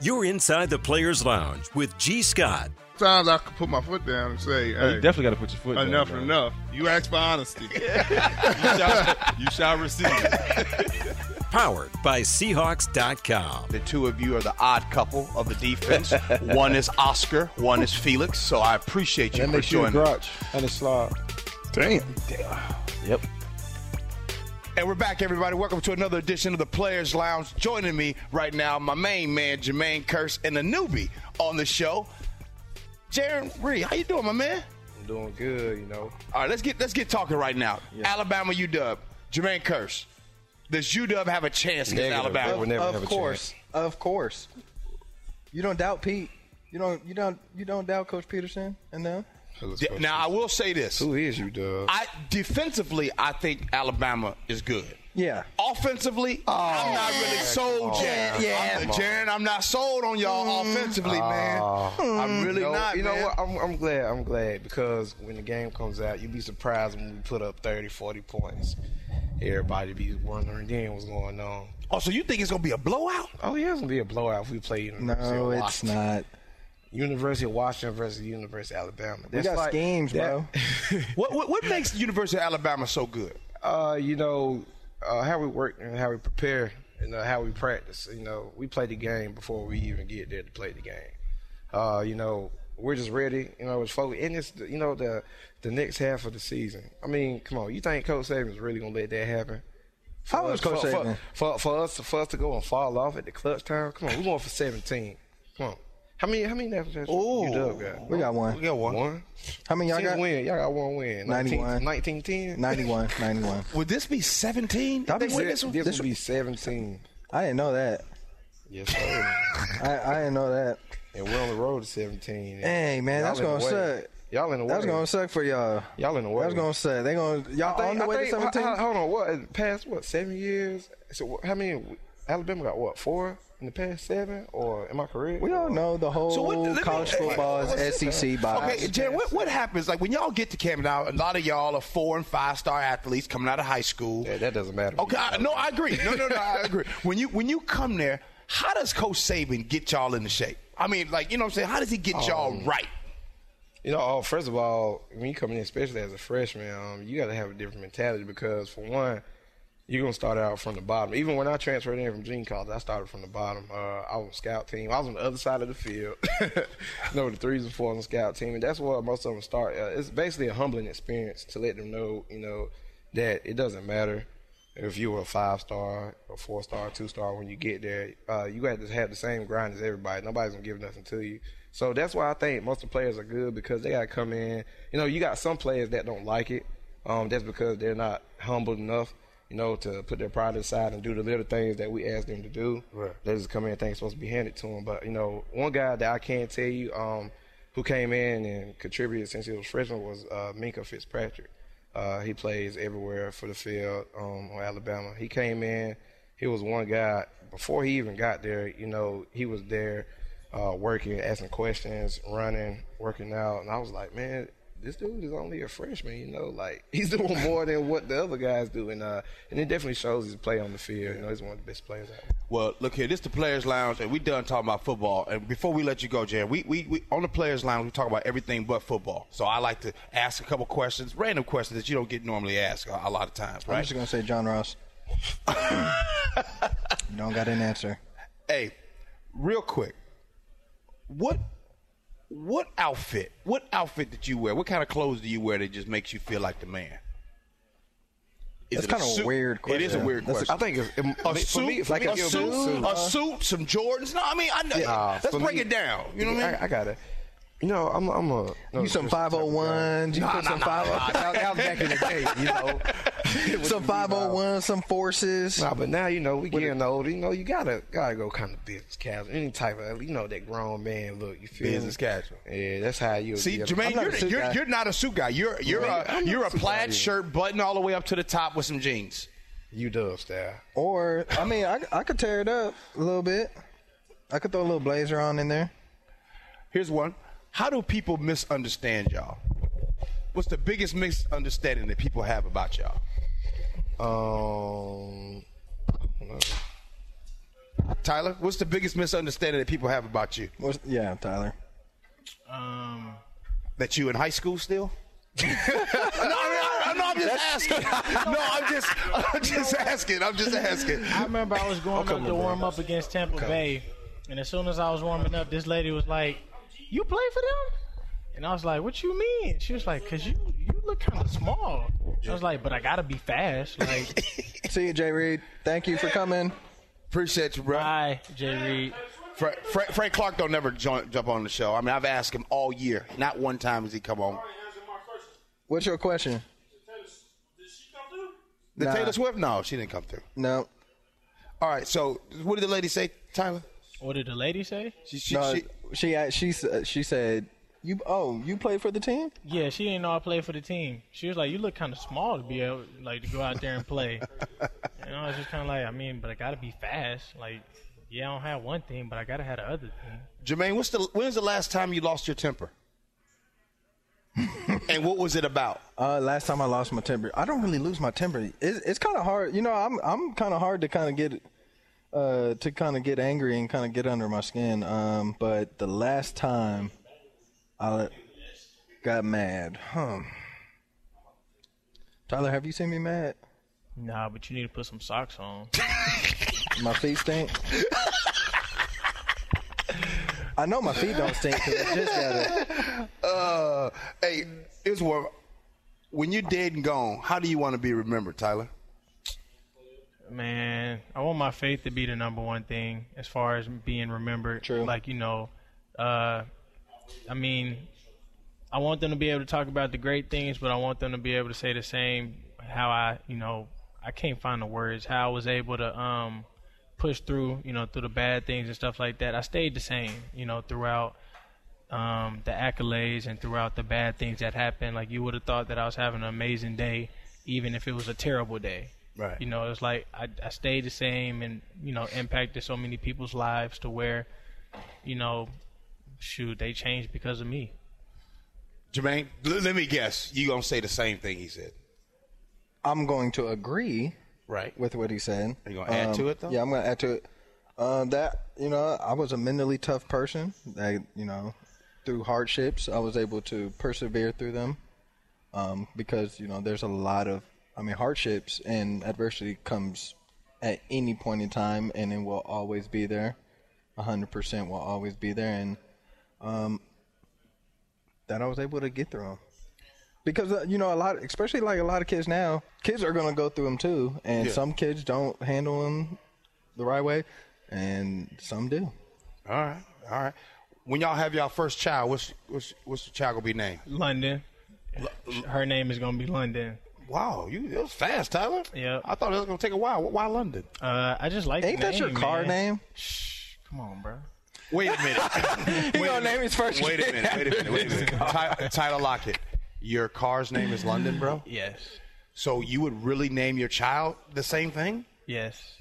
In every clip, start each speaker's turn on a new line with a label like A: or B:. A: You're inside the Players Lounge with G. Scott.
B: Sometimes I could put my foot down and say,
C: Oh, you
B: hey,
C: definitely got to put your foot down,
B: enough
C: bro.
B: enough. You asked for honesty.
D: You shall, you shall receive.
A: Powered by Seahawks.com.
E: The two of you are the odd couple of the defense. one is Oscar, one is Felix. So I appreciate you
F: That
E: for
F: makes you a
E: joining. us.
F: grouch and a slob.
B: Damn.
C: Yep.
E: And we're back, everybody. Welcome to another edition of the Players Lounge. Joining me right now, my main man Jermaine Curse and the newbie on the show, Jaron Reed. How you doing, my man?
F: I'm doing good, you know.
E: All right, let's get let's get talking right now. Alabama UW, Jermaine Curse. Does UW have a chance against
F: Negative,
E: Alabama?
F: bro. We'll never have a
G: course, of course. You don't doubt Pete. You don't. You don't. You don't doubt Coach Peterson and them.
E: D- Now I will say this:
F: Who is you, Doug?
E: I defensively, I think Alabama is good.
G: Yeah.
E: Offensively,
F: Oh.
E: I'm not really sold, Jaron.
G: Yeah,
E: I'm- Jaron, I'm not sold on y'all
F: Mm.
E: offensively, man. I'm really
F: No,
E: not.
F: Oh. Mm. You know
E: man.
F: what? I'm, I'm glad. I'm glad because when the game comes out, you'd be surprised when we put up 30, 40 points. Everybody be wondering then what's going on.
E: Oh, so you think it's gonna be a blowout?
F: Oh, yeah, it's gonna be a blowout if we play University
G: No,
F: of
G: it's
F: Washington.
G: not.
F: University of Washington versus University of Alabama.
G: We
F: That's
G: got
F: like-
G: schemes, bro.
E: What, what what makes the University of Alabama so good?
F: Uh, you know, uh, how we work and how we prepare and uh, how we practice. You know, we play the game before we even get there to play the game. Uh, you know, we're just ready. You know, it's focused. And it's you know the the next half of the season. I mean, come on, you think Coach Saban's really gonna let that happen? For
G: How
F: us-
G: is Coach
F: for, for-
G: Saban?
F: For, for us for us to go and fall off at the clutch time? Come on, we're going for seventeen. Come on. How many how many national championships you dub got?
G: We got one.
F: We got one. One.
G: How many y'all
F: Ten
G: got?
F: win. Y'all got one win.
G: 91.
F: 19, 10.
G: 91, 91.
E: Would this be 17?
G: That'd be
E: Wait,
G: sick.
E: this one-
F: This
G: This
F: will be 17.
G: I didn't know that.
F: Yes, sir.
G: I, I didn't know that.
F: and we're on the road to 17. And
G: Dang, man,
F: y'all
G: that's
F: in the
G: gonna
F: way.
G: suck.
F: Y'all in the way.
G: That's gonna suck for y'all.
F: Y'all in the way.
G: That's gonna suck. They gonna y'all
F: I think-
G: on the
F: I
G: way
F: think-
G: to seventeen.
F: ho- ho- Hold on, what? Past what? Seven years? So what- how many? Alabama got what? Four in the past seven? Or am I correct?
G: We all know the whole
E: what- let me-
G: college football is E SEC bias.
E: Okay, Jaron, what, what happens? Like when y'all get to Camden, now a lot of y'all are four and five star athletes coming out of high school.
F: Yeah, that doesn't matter.
E: Okay, I, no, I agree. No, no, no, I agree. When you when you come there, how does Coach Saban get y'all into shape? I mean, like you know, what I'm saying, how does he get y'all right?
F: You know, oh, first of all, when you come in, especially as a freshman, um, you got to have a different mentality because, for one, you're gonna start out from the bottom. Even when I transferred in from Gene College, I started from the bottom. Uh, I was on scout team. I was on the other side of the field. no, the threes and fours on the scout team, and that's where most of them start. Uh, it's basically a humbling experience to let them know, you know, that it doesn't matter if you were a five star, a four star, two star when you get there, uh, you got to have the same grind as everybody. Nobody's gonna give nothing to you. So that's why I think most of the players are good because they gotta come in. You know, you got some players that don't like it. Um, that's because they're not humble enough, you know, to put their pride aside and do the little things that we ask them to do.
B: Right.
F: They just come in and think it's supposed to be handed to them. But you know, one guy that I can tell you um, who came in and contributed since he was freshman was uh, Minka Fitzpatrick. Uh, he plays everywhere for the field um, on Alabama. He came in. He was one guy before he even got there. You know, he was there uh, working, asking questions, running, working out, and I was like, man. This dude is only a freshman, you know. Like he's doing more than what the other guys do, and uh, and it definitely shows his play on the field. You know, he's one of the best players out there.
E: Well, look here. This is the Players Lounge, and we done talking about football. And before we let you go, Jan, we, we, we on the Players Lounge, we talk about everything but football. So I like to ask a couple questions, random questions that you don't get normally asked a, a lot of times,
G: I'm
E: right?
G: just gonna say John Ross. you don't got an answer.
E: hey, real quick, what what outfit? What outfit did you wear? What kind of clothes do you wear that just makes you feel like the man? Is it
G: That's
E: a
G: kinda a
E: suit?
G: weird
E: It is a
G: question.
E: weird
G: That's a-
E: question.
F: I think if, if,
E: a
F: for
E: suit,
F: me, for
E: like
F: me,
E: a,
F: it'll be
E: suit, a suit, some Jordans. No, I mean, I know.
F: Nah,
E: uh, let's
F: for
E: break
F: me-
E: it down. You know what I mean?
F: I, I gotta. You know, I'm, I'm a. no,
G: You some
F: Christian type of guy.
G: 501s, you put some 501s.
F: That, that was back in the day, you know.
G: some 501, some forces.
F: Nah, but now you know we getting older. You know you gotta gotta go kind of business casual, any type of you know that grown man look. You feel
E: Business
F: me?
E: casual.
F: Yeah, that's how you
E: See,
F: get
E: Jermaine,
G: I'm not
E: you're,
G: a suit
E: you're,
G: guy.
E: you're not a suit guy. You're you're a
F: I'm not
E: you're
F: a
E: a
F: suit guy
E: plaid
F: either.
E: shirt buttoned all the way up to the top with some jeans.
F: you dub style.
G: Or, I mean, I, I could tear it up a little bit. I could throw a little blazer on in there.
E: Here's one. How do people misunderstand y'all? What's the biggest misunderstanding that people have about y'all?
F: Um,
E: Tyler, what's the biggest misunderstanding that people have about you?
G: What's, yeah, Tyler.
H: Um,
E: That you in high school still? no, no, no, no, I'm just asking. No, I'm just, I'm just asking. I'm just asking.
H: I remember I was going up to warm up against Tampa Bay, and as soon as I was warming up, this lady was like, "You play for them?" And I was like, "What you mean?" She was like, "Cause you you look kind of small." I was like, "But I gotta be fast." Like,
G: See you, Jay Reed. Thank you for coming.
E: Appreciate you, bro.
H: bye, Jay Reed.
E: Fra- Fra- Frank Clark don't never jo- jump on the show. I mean, I've asked him all year. Not one time has he come on.
G: What's your question?
E: The
G: Nah.
E: Taylor Swift? No, she didn't come through.
G: No.
E: All right, so what did the lady say, Tyler?
H: What did the lady say?
E: She, she,
G: no,
E: she,
G: she a- she s- she said, "You oh, you play for the team?
H: Yeah, she didn't know I played for the team. She was like, "You look kind of small to be able like to go out there and play." and I was just kind of like, "I mean, but I gotta be fast." Like, yeah, I don't have one thing, but I gotta have the other thing.
E: Jermaine, what's the, when's the last time you lost your temper? and what was it about?
G: Uh, last time I lost my temper, I don't really lose my temper. It's, it's kind of hard, you know. I'm I'm kind of hard to kind of get, uh, to kind of get angry and kind of get under my skin. Um, but the last time I got mad, huh? Tyler, have you seen me mad?
H: Nah, but you need to put some socks on.
G: My feet stink. I know my feet don't stink 'cause I just got a
E: Uh, hey, it was warm. When you're dead and gone, how do you want to be remembered, Tyler?
H: Man, I want my faith to be the number one thing as far as being remembered.
G: True.
H: Like, you know, uh, I mean, I want them to be able to talk about the great things, but I want them to be able to say the same how I, you know, I can't find the words, how I was able to um, push through, you know, through the bad things and stuff like that. I stayed the same, you know, throughout um, the accolades and throughout the bad things that happened. Like, you would have thought that I was having an amazing day, even if it was a terrible day.
E: Right.
H: You know, it's like I, I stayed the same and, you know, impacted so many people's lives to where, you know, shoot, they changed because of me.
E: Jermaine, l- let me guess. You gonna say the same thing he said,
G: I'm going to agree
E: right?
G: with what he said.
E: Are you gonna add to
G: Um,
E: it, though?
G: Yeah, I'm gonna add to it. Uh, that you know, I was a mentally tough person. That you know, through hardships, I was able to persevere through them. Um, because you know, there's a lot of, I mean, hardships and adversity comes at any point in time, and it will always be there. hundred percent will always be there, and um, that I was able to get through them. Because uh, you know a lot, especially like a lot of kids now, kids are gonna go through them too, and some kids don't handle them the right way, and some do.
E: All right, all right. When y'all have y'all first child, what's what's what's the child gonna be named?
H: London. Her name is going to be London.
E: Wow, you it was fast, Tyler.
H: Yeah.
E: I thought it was gonna take a while. Why London?
H: Uh, I just like the
G: Ain't that your car
H: man.
G: name?
H: Shh, come on, bro.
E: Wait a minute.
G: He gonna name his first.
E: wait a minute. Wait a minute. Wait a minute. Ty- Tyler Lockett, your car's name is London, bro.
H: Yes.
E: So you would really name your child the same thing?
H: Yes.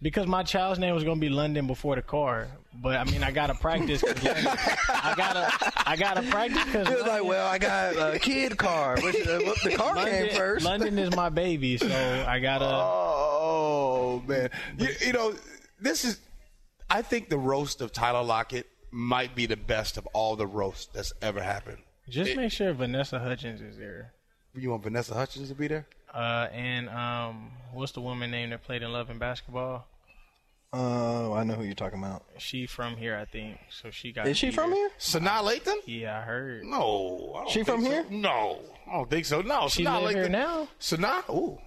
H: Because my child's name was gonna be London before the car, but I mean I gotta practice. 'cause London- I gotta, I gotta practice because
G: He was like, well, I got a kid car. Which, uh, well, the car
H: London,
G: came first.
H: London is my baby, so I gotta.
E: Oh man, you, you know this is. I think the roast of Tyler Lockett might be the best of all the roasts that's ever happened.
H: just make sure Vanessa Hudgens is there,
E: You want Vanessa Hutchins to be there?
H: uh, and um, what's the woman name that played in Love and Basketball?
G: Oh, I know who you're talking about.
H: She from here, I think. So she got.
G: Is she from here?
E: Sanaa Lathan?
H: Yeah, I heard.
E: No, I don't
G: She
E: think
G: from
E: so.
G: here?
E: No, I don't think so. No,
H: She
E: Sanaa
H: live
E: Lathan.
H: here now.
E: Sanaa, ooh,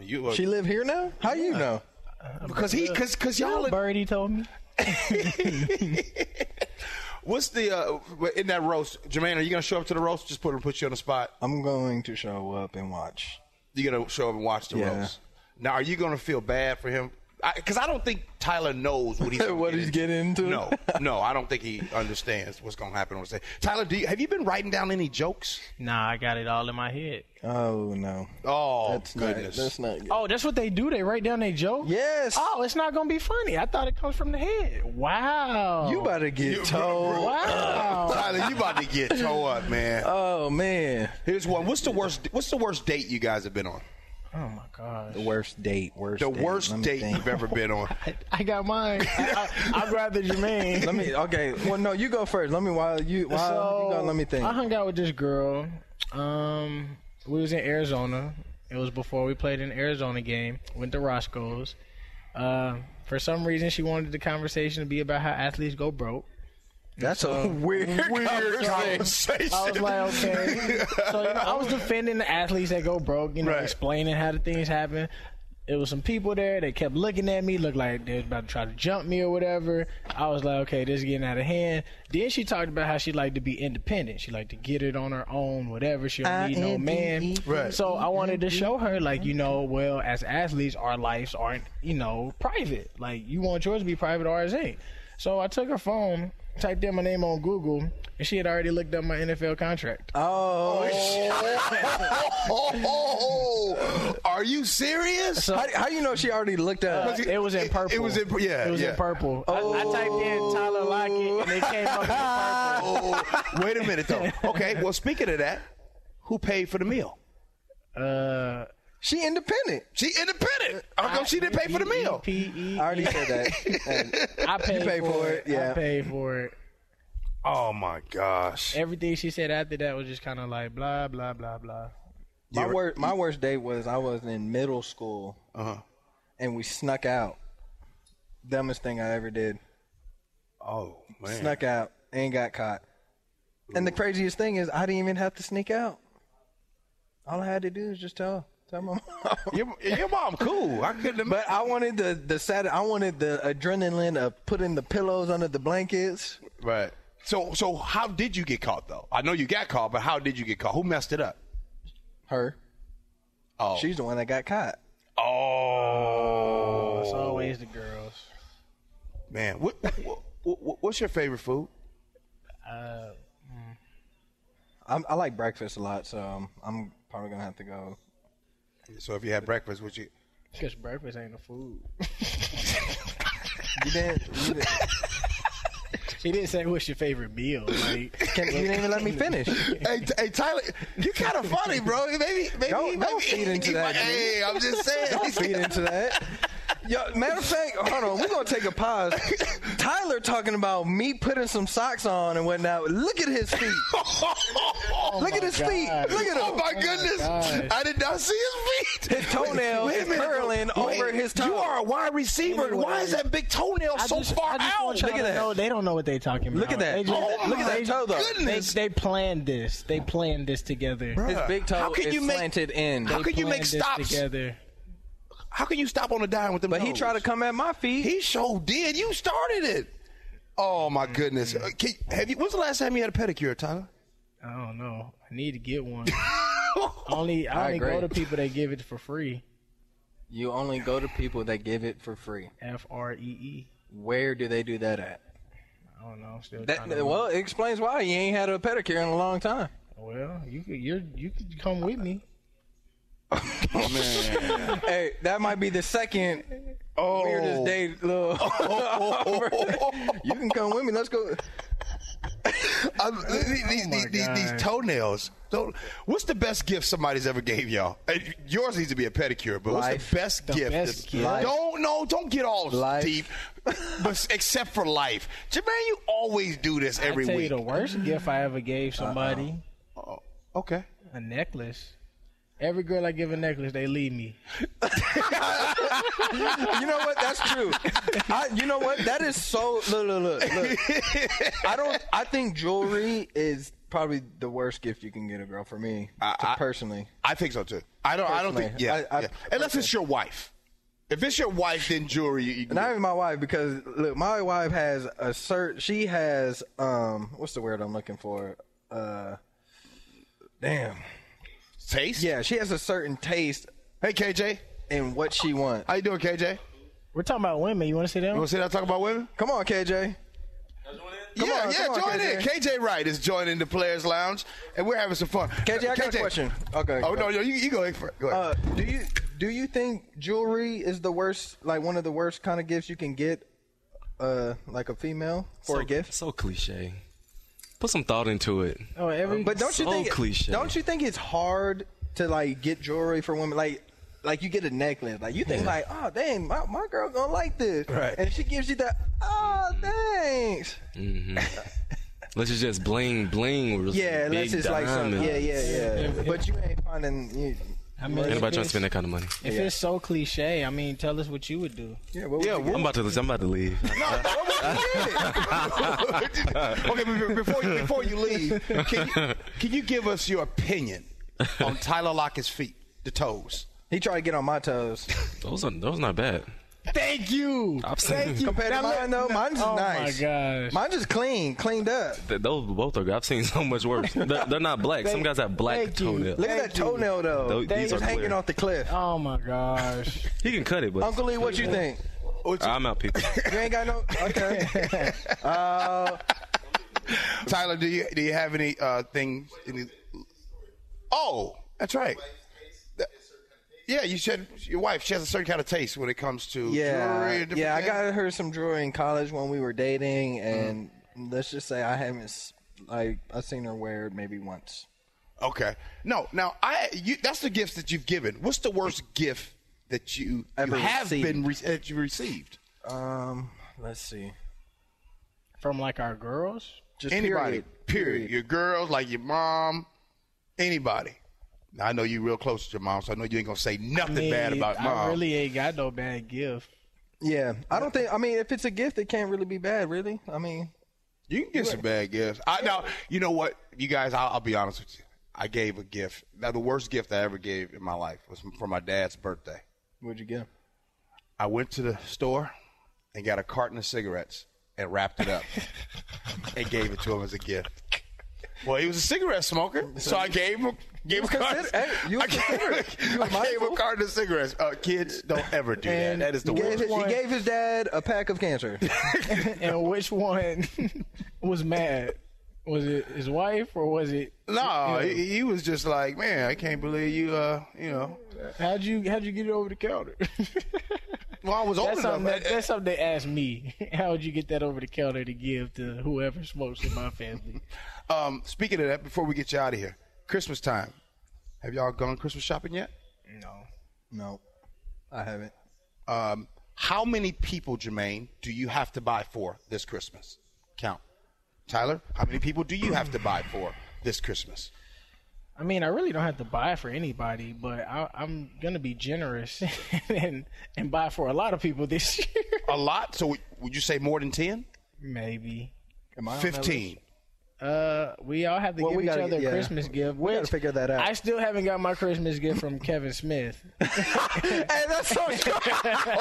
E: you uh,
G: She live here now? How you know?
E: because he because because y'all.
H: Birdie told me.
E: What's the uh, in that roast, Jermaine? Are you gonna show up to the roast? Just put put you on the spot.
G: I'm going to show up and watch.
E: you gonna show up and watch the
G: Yeah.
E: roast. Now, are you gonna feel bad for him? Because I, don't think Tyler knows what he's gonna
G: What
E: get
G: he's getting into?
E: No, no, I don't think he understands what's gonna happen on stage. Tyler, do you, have you been writing down any jokes?
H: Nah, I got it all in my head.
G: Oh no,
E: Oh
G: that's
E: goodness!
G: not. That's not good.
H: Oh, that's what they do. They write down their joke.
G: Yes.
H: Oh, it's not gonna be funny. I thought it comes from the head. Wow.
G: You about to get told.
H: Wow.
E: Tyler, you about to get toe up, man.
G: Oh man,
E: Here's one. What's the worst? What's the worst date you guys have been on?
H: Oh my gosh.
G: The worst date. Worst.
E: The
G: date. Let
E: worst
G: me
E: date
G: think.
E: you've ever been on.
H: I got mine. I, I, I'd rather Jermaine.
G: Let me. Okay. Well, no, you go first. Let me while you while you go. Let me think.
H: I hung out with this girl. Um, we was in Arizona. It was before we played an Arizona game. Went to Roscoe's. Uh, for some reason, she wanted the conversation to be about how athletes go broke.
E: That's a weird, weird conversation.
H: I was like, okay. So you know, I was defending the athletes that go broke. You know,
E: Right.
H: explaining how the things happen. There was some people there. They kept looking at me, looked like they was about to try to jump me or whatever. I was like, okay, this is getting out of hand. Then she talked about how she liked to be independent. She liked to get it on her own, whatever. She don't need no man.
E: Right.
H: So I wanted to show her, like, you know, well, as athletes, our lives aren't, you know, private. Like, you want yours to be private, ours ain't. So I took her phone, typed in my name on Google, and she had already looked up my NFL contract.
E: Uh,
G: oh.
E: oh, are you serious?
G: how, how you know she already looked
E: Uh,
G: at?
H: uh, it was in purple.
E: It was in, yeah,
H: It was
E: yeah.
H: in purple. I, I typed in Tyler Lockett, and it came up in purple.
E: Oh, wait a minute though. Okay, well speaking of that, who paid for the meal?
H: Uh,
G: she independent.
E: She independent. How come she didn't pay for the meal?
H: P-E-E.
G: I already said that.
H: I paid,
G: paid
H: for,
G: for
H: it.
G: it, yeah.
H: I paid for it.
E: Oh my gosh.
H: Everything she said after that was just kind of like blah blah blah blah.
G: My worst, my worst date was I was in middle school, and we snuck out. Dumbest thing I ever did.
E: Oh man.
G: Snuck out and got caught. And the craziest thing is, I didn't even have to sneak out. All I had to do is just tell tell my mom.
E: Your, your mom cool. I couldn't imagine.
G: But I wanted the the sad. I wanted the adrenaline of putting the pillows under the blankets.
E: Right. So so how did you get caught though? I know you got caught, but how did you get caught? Who messed it up?
G: Her.
E: Oh.
G: She's the one that got caught.
E: oh.
H: It's always the girls.
E: Man, what, what, what what's your favorite food?
G: I'm, I like breakfast a lot, so um, I'm probably gonna have to go.
E: So if you had breakfast, would you?
H: Because breakfast ain't the food.
G: You didn't. You didn't,
H: He didn't say what's your favorite meal. Like,
G: can, you didn't even let me finish.
E: hey, t- hey, Tyler, you're kind of funny, bro. Maybe, maybe,
G: Don't- don't
E: maybe-
G: feed into
E: he
G: that,
E: might-
G: dude.
E: Hey, I'm just saying.
G: Don't feed into that. Yo, matter of fact, hold on. We're gonna take a pause. Tyler talking about me putting some socks on and whatnot. Look at his feet.
H: Oh
G: Look at his feet. Look at him.
E: Oh my goodness!
H: gosh.
E: I did not see his feet.
G: His toenail
E: Wait a
G: is
E: minute, bro.
G: curling
E: Wait,
G: over his top.
E: You are a wide receiver.
G: Anyway.
E: Why is that big toenail
H: I
E: so
H: just-
E: far
H: I just
E: out?
H: want y'all
G: Look at
H: to
G: that.
H: know they don't know what they talking about.
G: Look at that.
H: They
E: Oh,
G: Look at
E: my
G: that toe though.
H: They,
E: goodness.
H: they planned this. They planned this together.
E: Bruh,
G: His big toe
E: how can
G: is
E: you make,
G: slanted in.
E: How
H: They
E: can you make
H: planned this
E: stops?
H: together?
E: How can you stop on a dime with them?
G: But he
E: toes?
G: tried to come at my feet.
E: He sure did. You started it. Oh my goodness!
H: Mm-hmm.
E: Uh, Can, have you? When's the last time you had a pedicure, Tyler?
H: I don't know. I need to get one. only I only go
G: agree.
H: to people that give it for free.
G: you only go to people that give it for free.
H: F R E E.
G: Where do they do that at?
H: I don't know. I'm still
G: That
H: trying to
G: well, it explains why he ain't had a pedicure in a long time.
H: well, you could you're, you could come with me.
G: hey, that might be the second
E: Oh,
G: weirdest day. Little, you can come with me. Let's go.
E: I'm- these, these,
H: Oh my
E: these, these,
H: God.
E: toenails. Don't, what's the best gift somebody's ever gave y'all? Uh, Yours needs to be a pedicure, but what's
G: Life.
E: the best
H: The
E: gift?
H: best
E: that's-
G: gift.
E: Don't no, don't get all
G: Life.
E: deep, but except for life, Jermaine, you always do this every
H: I tell
E: week.
H: you the worst gift I ever gave somebody.
E: okay.
H: a necklace. Every girl I give a necklace, they leave me.
G: You know what? That's true. I, you know what? That is so. Look, look, look, look. I don't. I think jewelry is probably the worst gift you can get a girl. For me, to
E: I-
G: personally,
E: I think so too. I don't. I don't think. Yeah.
G: Personally, I- I-
E: yeah. Unless it's your wife. If it's your wife, then jewelry. You, you can
G: not
E: get.
G: even my wife because look, my wife has a cert. She has um. What's the word I'm looking for? Uh, damn.
E: taste.
G: Yeah, she has a certain taste
E: Hey KJ,
G: in what she wants.
E: how you doing, KJ?
H: We're talking about women. You want to see
E: You
H: them?
E: want to sit down and talk about women?
G: Come on, KJ.
E: yeah,
G: on,
E: yeah,
G: come on,
E: join
G: KJ.
E: in. KJ Wright is joining the Players Lounge, and we're having some fun.
G: KJ, I got a question. Okay.
E: Oh no,
G: go.
E: no, you, you go ahead. first. Go ahead.
G: Uh, do you do you think jewelry is the worst, like one of the worst kind of gifts you can get, uh, like a female for a gift?
I: So cliche. Put some thought into it.
H: Oh, every.
G: But don't you
I: so
G: think
I: cliche.
G: don't you think it's hard to like get jewelry for women? Like like you get a necklace. Like you think like, oh dang, my, my girl gonna like this.
F: Right.
G: And she gives you that, oh thanks.
I: Let's just- just bling bling. With
G: Yeah,
I: big
G: let's just like some
I: diamonds.
G: yeah, yeah, yeah. but you ain't finding you,
H: I mean,
I: Ain't
H: if
I: nobody trying to
H: it's-
I: spend that kind of money.
H: If it's so cliche, I mean, tell us what you would do.
G: yeah, what yeah,
I: I'm about to. I'm about to leave.
E: okay, but be- before you, before you leave, can you, can you give us your opinion on Tyler Lockett's feet, the toes?
G: he tried to get on my toes.
I: Those are those not bad.
E: Thank you.
I: I'm saying
G: Compared to mine though, mine's is
H: oh
G: nice.
H: my gosh.
G: Mine's is clean, cleaned up.
I: th- those both are. good. I've seen so much worse. They're, they're not black. Some guys have black
H: thank you.
I: toenails.
G: Look at that toenail though.
I: Tho- these
G: It's
I: are
G: hanging
I: clear.
G: off the cliff.
H: oh my gosh.
I: He can cut it, but
G: Uncle Lee, what you think?
I: I'm out, people.
G: You ain't got no okay.
E: Tyler, do you do you have any uh things? Any, oh, that's right. That- yeah, you said your wife. She has a certain kind of taste when it comes to jewelry.
G: Yeah,
E: And different Uh-huh.
G: yeah. I
E: things.
G: got her some jewelry in college when we were dating, and let's just say I haven't s- like I seen her wear it maybe once.
E: Okay. No, now I you that's the gifts that you've given. What's the worst gift that you, you
G: Ever
E: have
G: received.
E: been re- that you received?
G: Um, let's see.
H: From like our girls?
G: Just
E: Anybody. Period.
G: period.
E: Your girls, like your mom, anybody. Now I know you real close to your mom, so I know you ain't gonna say nothing
H: I mean,
E: bad about mom.
H: I really ain't got no bad gift.
G: Yeah, I don't think. I mean, if it's a gift, it can't really be bad, really. I mean,
E: You can get some bad gifts. I now you know what, you guys. I'll, I'll be honest with you. I gave a gift. Now the worst gift I ever gave in my life was for my dad's birthday.
G: what'd you get?
E: I went to the store and got a carton of cigarettes and wrapped it up and gave it to him as a gift. Well, he was a cigarette smoker, so I gave him gave him a carton.
G: consider- hey, you
E: I gave,
G: considerate. You
E: I gave him
G: mindful.
E: a carton of cigarettes. Uh, kids, don't ever do
H: And
E: that. That is the
G: He
E: worst.
G: gave, his, he gave his dad a pack of cancer.
H: And which one was mad? Was it his wife or was it
E: no, he, he was just like, man, I can't believe you. Uh, you know,
H: how'd you how'd you get it over the counter?
E: well, I was old
H: that's
E: enough.
H: something that,
E: at-
H: that's something they asked me. How would you get that over the counter to give to whoever smokes in my family?
E: Um, speaking of that, before we get you out of here, Christmas time. Have y'all gone Christmas shopping yet?
H: No.
G: no, I haven't.
E: Um, how many people, Jermaine, do you have to buy for this Christmas? Count. Tyler, how many people do you have to buy for this Christmas?
H: I mean, I really don't have to buy for anybody, but I, I'm gonna be generous and and buy for a lot of people this year.
E: A lot. So would- would you say more than 10?
H: Maybe.
G: Am I on that list?
E: 15.
H: Uh, we all have to
G: Well,
H: give
G: we
H: each
G: gotta-
H: other a
G: yeah.
H: Christmas gift. Which
G: gotta figure that out.
H: I still haven't got my Christmas gift from Kevin Smith.
G: Hey, that's so true.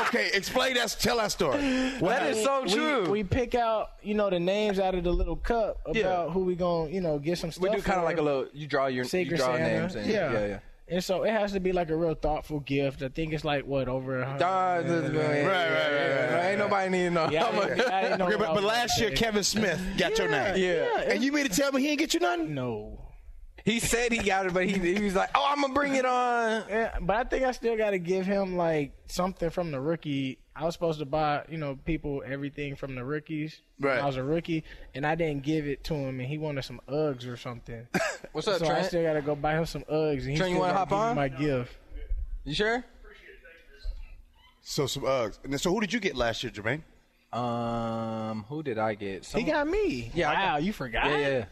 E: okay, explain that. Tell that story.
G: that is so
H: We-
G: true.
H: We pick out, you know, the names out of the little cup about
G: Yeah.
H: who we gonna, you know, get some stuff.
G: we do kind
H: for.
G: of like a little. You draw your
H: Secret
G: you draw
H: Santa.
G: names. And,
H: Yeah.
G: yeah, yeah.
H: And so it has to be like a real thoughtful gift. I think it's like what over a hundred.
E: Uh,
G: Right, right, right, Ain't nobody need to know.
H: Yeah,
G: how
H: I
G: much-
H: didn't- I didn't know
E: Okay,
H: what I
E: but, but
H: was
E: last
H: gonna
E: year,
H: say.
E: Kevin Smith got your name.
G: Yeah.
E: And you mean to tell me he didn't get you nothing?
H: no.
G: He said he got it, but he, he was like, "Oh, I'm gonna bring it on."
H: Yeah, but I think I still got to give him like something from the rookie. I was supposed to buy, you know, people everything from the rookies. when
E: Right.
H: I was a rookie, and I didn't give it to him, and he wanted some Uggs or something.
G: What's up,
H: so I
G: Trent?
H: still got to go buy him some Uggs. And he
G: Trent, you
H: still
G: wanna
H: gotta
G: hop
H: give me
G: on?
H: My gift.
G: you sure?
E: So some Uggs. And then- so who did you get last year, Jermaine?
G: Um, who did I get?
H: He
G: Someone-
H: got me.
G: Yeah, I
H: Wow,
G: got-
H: you forgot?
G: Yeah, yeah.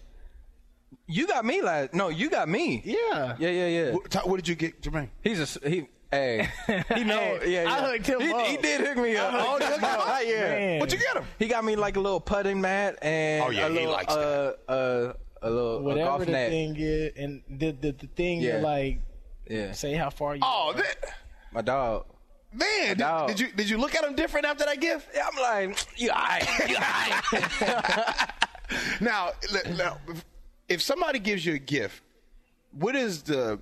G: You got me last. No, you got me.
H: Yeah.
G: Yeah, yeah, yeah.
E: What, Ty- what did you get, Jermaine?
G: He's a s- he. Hey, he know.
H: Hey,
G: yeah, yeah.
H: I hooked him
G: he,
H: up.
G: he did hook me up. Oh, he hooked him up. Yeah.
H: Man.
E: What'd you get him?
G: He got me like a little putting mat and
E: Oh, yeah,
G: a
E: he
G: little,
E: likes
G: uh, uh, a little a
H: Whatever
G: golf
H: the
G: net.
H: thing is, and the the, the thing
G: Yeah.
H: to like
G: Yeah,
H: say how far you.
E: Oh, that,
G: my dog.
E: man.
G: Dog.
E: Did, did you did you look at him different after that gift?
G: Yeah, I'm like, you alright? You alright?
E: Now, l- now, if- if somebody gives you a gift, what is the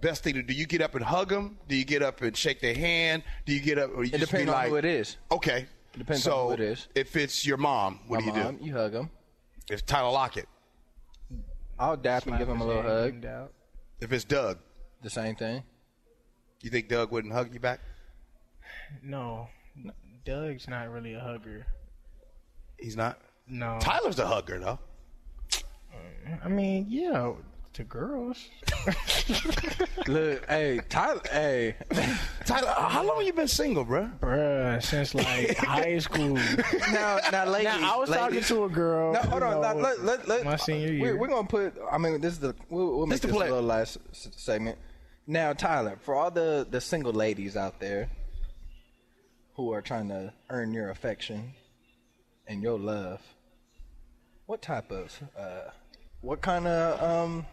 E: best thing to do? Do you get up and hug them? Do you get up and shake their hand? Do you get up? Or you
G: it
E: just
G: depends
E: be
G: on
E: like,
G: who it is.
E: Okay.
G: Depends
E: so
G: on who it is.
E: If it's your mom, what
G: My
E: do you
G: mom, you hug him.
E: do? If Tyler Lockett,
G: I'll dap and give him a little hug.
E: if it's Doug,
G: The same thing.
E: you think Doug wouldn't hug you back?
H: No, Doug's not really a hugger.
E: He's not.
H: No,
E: Tyler's a hugger though.
H: I mean, yeah. to girls.
G: Look, Uh, hey, Tyler, hey,
E: Tyler, how long you been single, bro?
H: Bruh, since like high school.
G: now, now, ladies,
H: Now, I was talking
G: ladies.
H: to a girl.
G: Now, hold
H: you
G: on,
H: know,
G: now, let, let, let,
H: my senior year.
G: We're, we're gonna put. I mean, this is the. We'll, we'll make
E: the
G: this a
E: play.
G: little last s- segment. Now, Tyler, for all the the single ladies out there who are trying to earn your affection and your love, what type of, uh, what kind of um,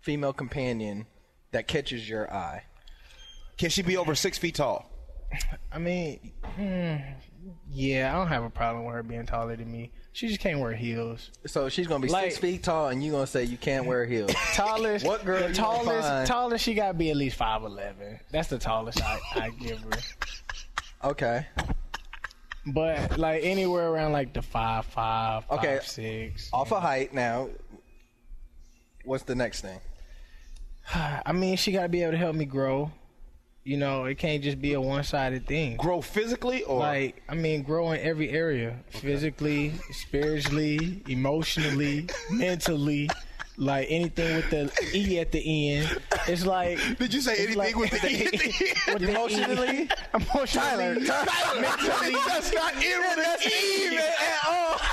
G: female companion that catches your eye?
E: Can she be over six feet tall?
H: I mean, mm, yeah, I don't have a problem with her being taller than me. She just can't wear heels.
G: So she's gonna be
H: Like-
G: six feet tall, and you gonna say you can't wear heels.
H: Tallest,
G: What girl
H: the
G: you gonna find?
H: tallest, tallest. She gotta be at least five eleven. That's the tallest I, I give her.
G: okay.
H: But like anywhere around like the five five, five
G: Okay.
H: six.
G: Off of height now. What's the next thing?
H: I mean, she gotta be able to help me grow. You know, it can't just be a one sided thing.
E: Grow physically or
H: Like, I mean, grow in every area physically, spiritually, emotionally, mentally. Like anything with the E at the end. It's like.
E: Did you say
H: it's
E: anything with the E at the
H: with the E?
G: Emotionally?
H: Emotionally. Tyler,
E: that's not it with an E, man.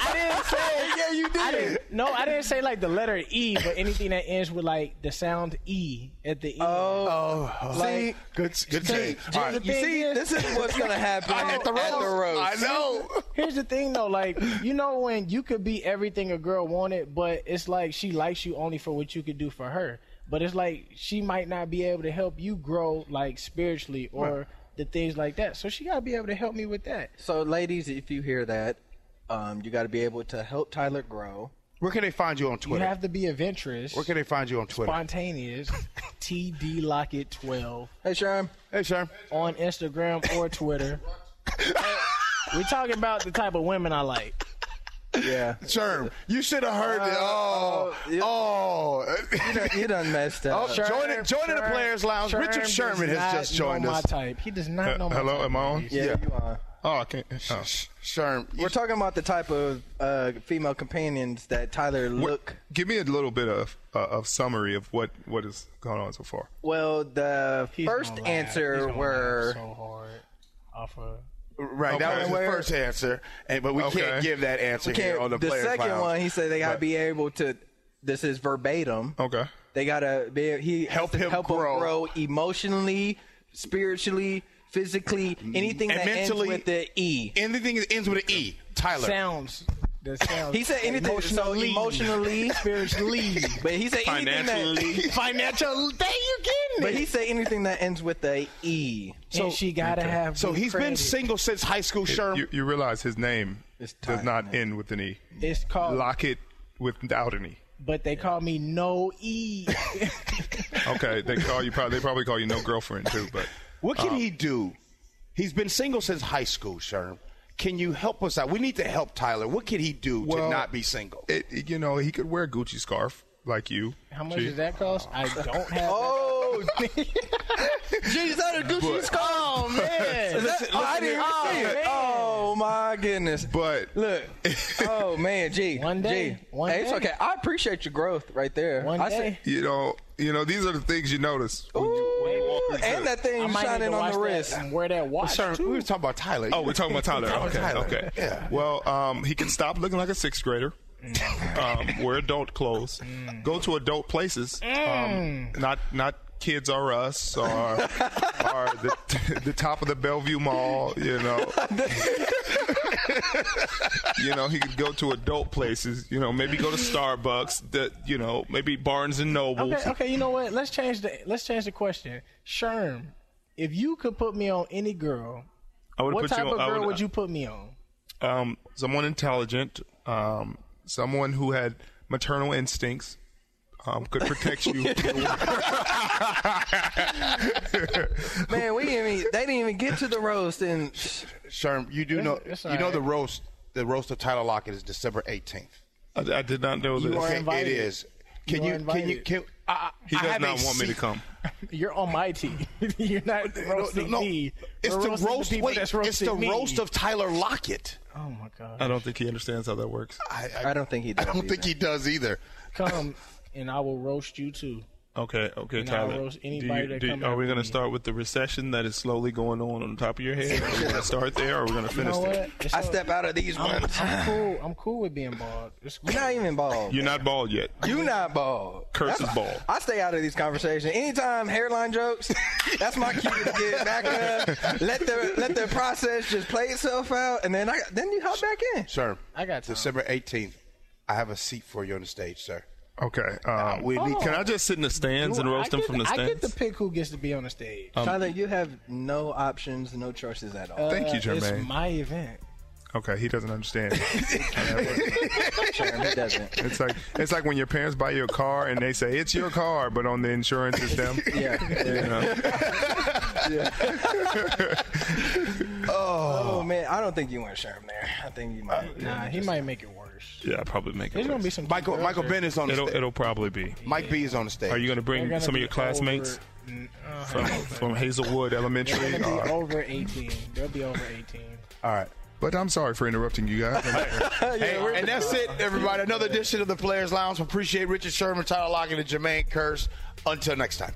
H: I didn't say.
E: Yeah, you
H: I
E: did.
H: didn't, no, I didn't say like the letter E, but anything that ends with like the sound E at the end. Oh,
E: Oh, oh.
H: like,
E: good, good
H: see,
E: take. All right.
H: the
G: You
H: thing
G: see,
H: is-
G: this is what's gonna happen at the roast.
E: I know.
H: Here's the thing though, like you know when you could be everything a girl wanted, but it's like she likes you only for what you could do for her. But it's like she might not be able to help you grow like spiritually or the things like that. So she gotta be able to help me with that.
G: So, ladies, if you hear that, um, you got to be able to help Tyler grow.
E: Where can they find you on
H: You
E: Twitter?
H: have to be adventurous,
E: Where can they find you on Twitter?
H: spontaneous, T D Lockett twelve
G: Hey, Sherm.
E: Hey, Sherm.
H: on Instagram or Twitter. we talking about the type of women I like.
G: Yeah,
E: Sherm, you should have heard it. Oh,
G: oh, yeah.
E: oh.
G: you done, you done messed up.
E: Oh, Join it- join the Players Lounge. Richard
H: does
E: Sherman has
H: not
E: just joined
H: know
E: us. Uh,
H: My type. He does not know my
B: Hello,
H: type.
B: am I on?
G: yeah, you are.
B: Oh, I can't. oh.
E: Sherm, you
G: We're talking about the type of uh, female companions that Tyler look.
B: Give me a little bit of uh, of summary of what what is going on so far.
G: Well, the
H: He's
G: first
H: gonna laugh. He's
G: answer
H: gonna
G: were
H: laugh so hard off of
E: Right, that
B: Okay.
E: was the
B: Where-
E: first answer, and but we
B: Okay.
E: can't give that answer here on the,
G: the
E: players
G: second
E: lounge.
G: one. He said they got to
E: But-
G: be able to. This is verbatim.
B: Okay.
G: They gotta be he
E: Help him
G: help
E: grow.
G: him grow emotionally, spiritually, physically, anything
E: Mm. And
G: that
E: mentally-
G: ends with the E.
E: anything that ends with an E, Tyler.
H: sounds. The sounds.
G: He said anything so
H: Emotionally.
G: emotionally,
H: spiritually,
G: but he said anything that.
H: financial. There you getting
G: But
H: it.
G: he said anything that ends with a E.
H: so she gotta have.
E: so
H: good
E: he's been
H: credit.
E: single since high school, Sherm.
B: You, you realize his name
G: It's
B: does
G: Ty-
B: not end with an E.
H: It's called.
B: Lock it without an E.
H: But they call me No E.
B: Okay, they call you probably they probably call you no girlfriend too, but
E: what
B: uh-huh.
E: can he do? He's been single since high school, Sherm. Can you help us out? We need to help Tyler. What can he do to
B: Well,
E: not be single?
B: it, it- you know, he could wear a Gucci scarf like you.
H: How much
B: G.
H: does that cost? I don't have.
G: Oh, geez, that a Gucci scarf.
H: Oh man.
G: That- I didn't even
H: oh,
G: see it.
H: man.
G: Oh my goodness.
B: But
G: Look, oh man, G.
H: One day,
G: G.
H: one
G: hey, it's
H: day.
G: okay. I appreciate your growth right there.
H: One
G: I
H: day.
B: you know, you know, these are the things you notice. when you- when you walk
G: Ooh,
B: into-
G: and that thing
H: I might need
G: shining
H: to
G: on
H: watch
G: the
H: that
G: wrist.
H: and wear that watch
E: Sherm,
H: too.
E: we were talking about Tyler.
B: Oh, we're talking about Tyler.
E: Tyler,
B: okay,
E: Tyler.
B: okay.
E: Yeah.
B: Well, um, he can stop looking like a sixth grader. um, wear adult clothes. Go to adult places. Um, not not Kids Are Us or or the, the top of the Bellevue Mall. You know. you know, he could go to adult places. You know, maybe go to Starbucks. The, you know, maybe Barnes and Noble.
H: Okay, okay, you know what? Let's change the let's change the question. Sherm, if you could put me on any girl,
B: I would
H: what type of
B: I
H: girl would you put me on?
B: um, someone intelligent, um, someone who had maternal instincts, um, could protect you.
G: Man, we didn't even, they didn't even get to the roast, and
E: Sherm, you do know
H: it's
E: you know
H: all
E: the
H: right.
E: roast the roast of Tyler Lockett is December eighteenth.
B: I, I did not know this.
H: are
E: Okay, it
H: invited.
E: is. Can
H: You
E: you,
H: are
E: can you
H: invited.
E: can I, I-
B: he
E: I
B: does
E: have
B: not
E: a
B: want me to
E: seat.
B: come.
H: You're almighty. You're not roasting me.
E: It's
H: We're
E: the
H: roasting
E: roast.
H: people
E: wait, it's
H: that's roasting
E: the
H: me.
E: roast of Tyler Lockett.
H: Oh my god.
B: I don't think he understands how that works.
E: I,
G: I don't think he does.
E: I don't think he does either.
H: Come and I will roast you too.
B: Okay, okay,
H: And I'll
B: Tyler.
H: roast
B: Do
H: anybody
B: you-
H: that
B: do-
H: come
B: are we
H: after
B: going to
H: me.
B: start with the recession that is slowly going on on top of your head? Are we going to start there, or are we going to
H: You
B: finish
H: know
B: there?
H: what? It's
G: I
H: all-
G: step out of these
H: I'm,
G: ones.
H: I'm cool. I'm cool with being bald. It's
G: You're not even bald.
B: You're not bald yet.
G: You not bald.
B: Curse
G: That's-
B: is bald.
G: I stay out of these conversations. Anytime hairline jokes, that's my cue to get back up. Let the let the process just play itself out, and then I then you hop back in.
E: Sir,
H: I got time.
E: December 18th, I have a seat for you on the stage, sir.
B: Okay. Um, we
H: need-
B: Can I just sit in the stands and
H: Well,
B: roast
H: I
B: them
H: get
B: from
H: to-
B: the
H: I get
B: stands?
H: to pick who gets to be on the stage.
G: Tyler, you have no options, no choices at all.
B: Thank you,
H: Uh,
B: Jermaine.
H: It's my event.
B: okay, he doesn't understand.
G: Jeremy doesn't.
B: it's like it's like when your parents buy you a car and they say it's your car, but on the insurance it's them.
G: Yeah.
B: You know?
G: Oh, man, I don't think you want Sherm there. I think you might.
H: Nah, he might make it worse.
B: Yeah, I'll probably make
H: There's
B: it.
H: gonna be
B: worse.
H: some
E: Michael
H: girls
E: Michael
H: there.
E: Ben is on the
B: It'll
E: stage.
B: it'll probably be.
E: Mike B is on the stage.
B: Are you going to
H: They're
B: bring
H: gonna
B: some of
H: be
B: your classmates
H: over- N- uh,
B: from, from Hazelwood
H: They're
B: Elementary?
H: gonna be
B: Uh,
H: over 18. They'll be over 18.
E: All right.
B: but I'm sorry for interrupting you guys.
E: Hey, and that's it, everybody. Another edition of the Players Lounge. We appreciate Richard Sherman, Tyler Lockett, and Jermaine Curse. Until next time.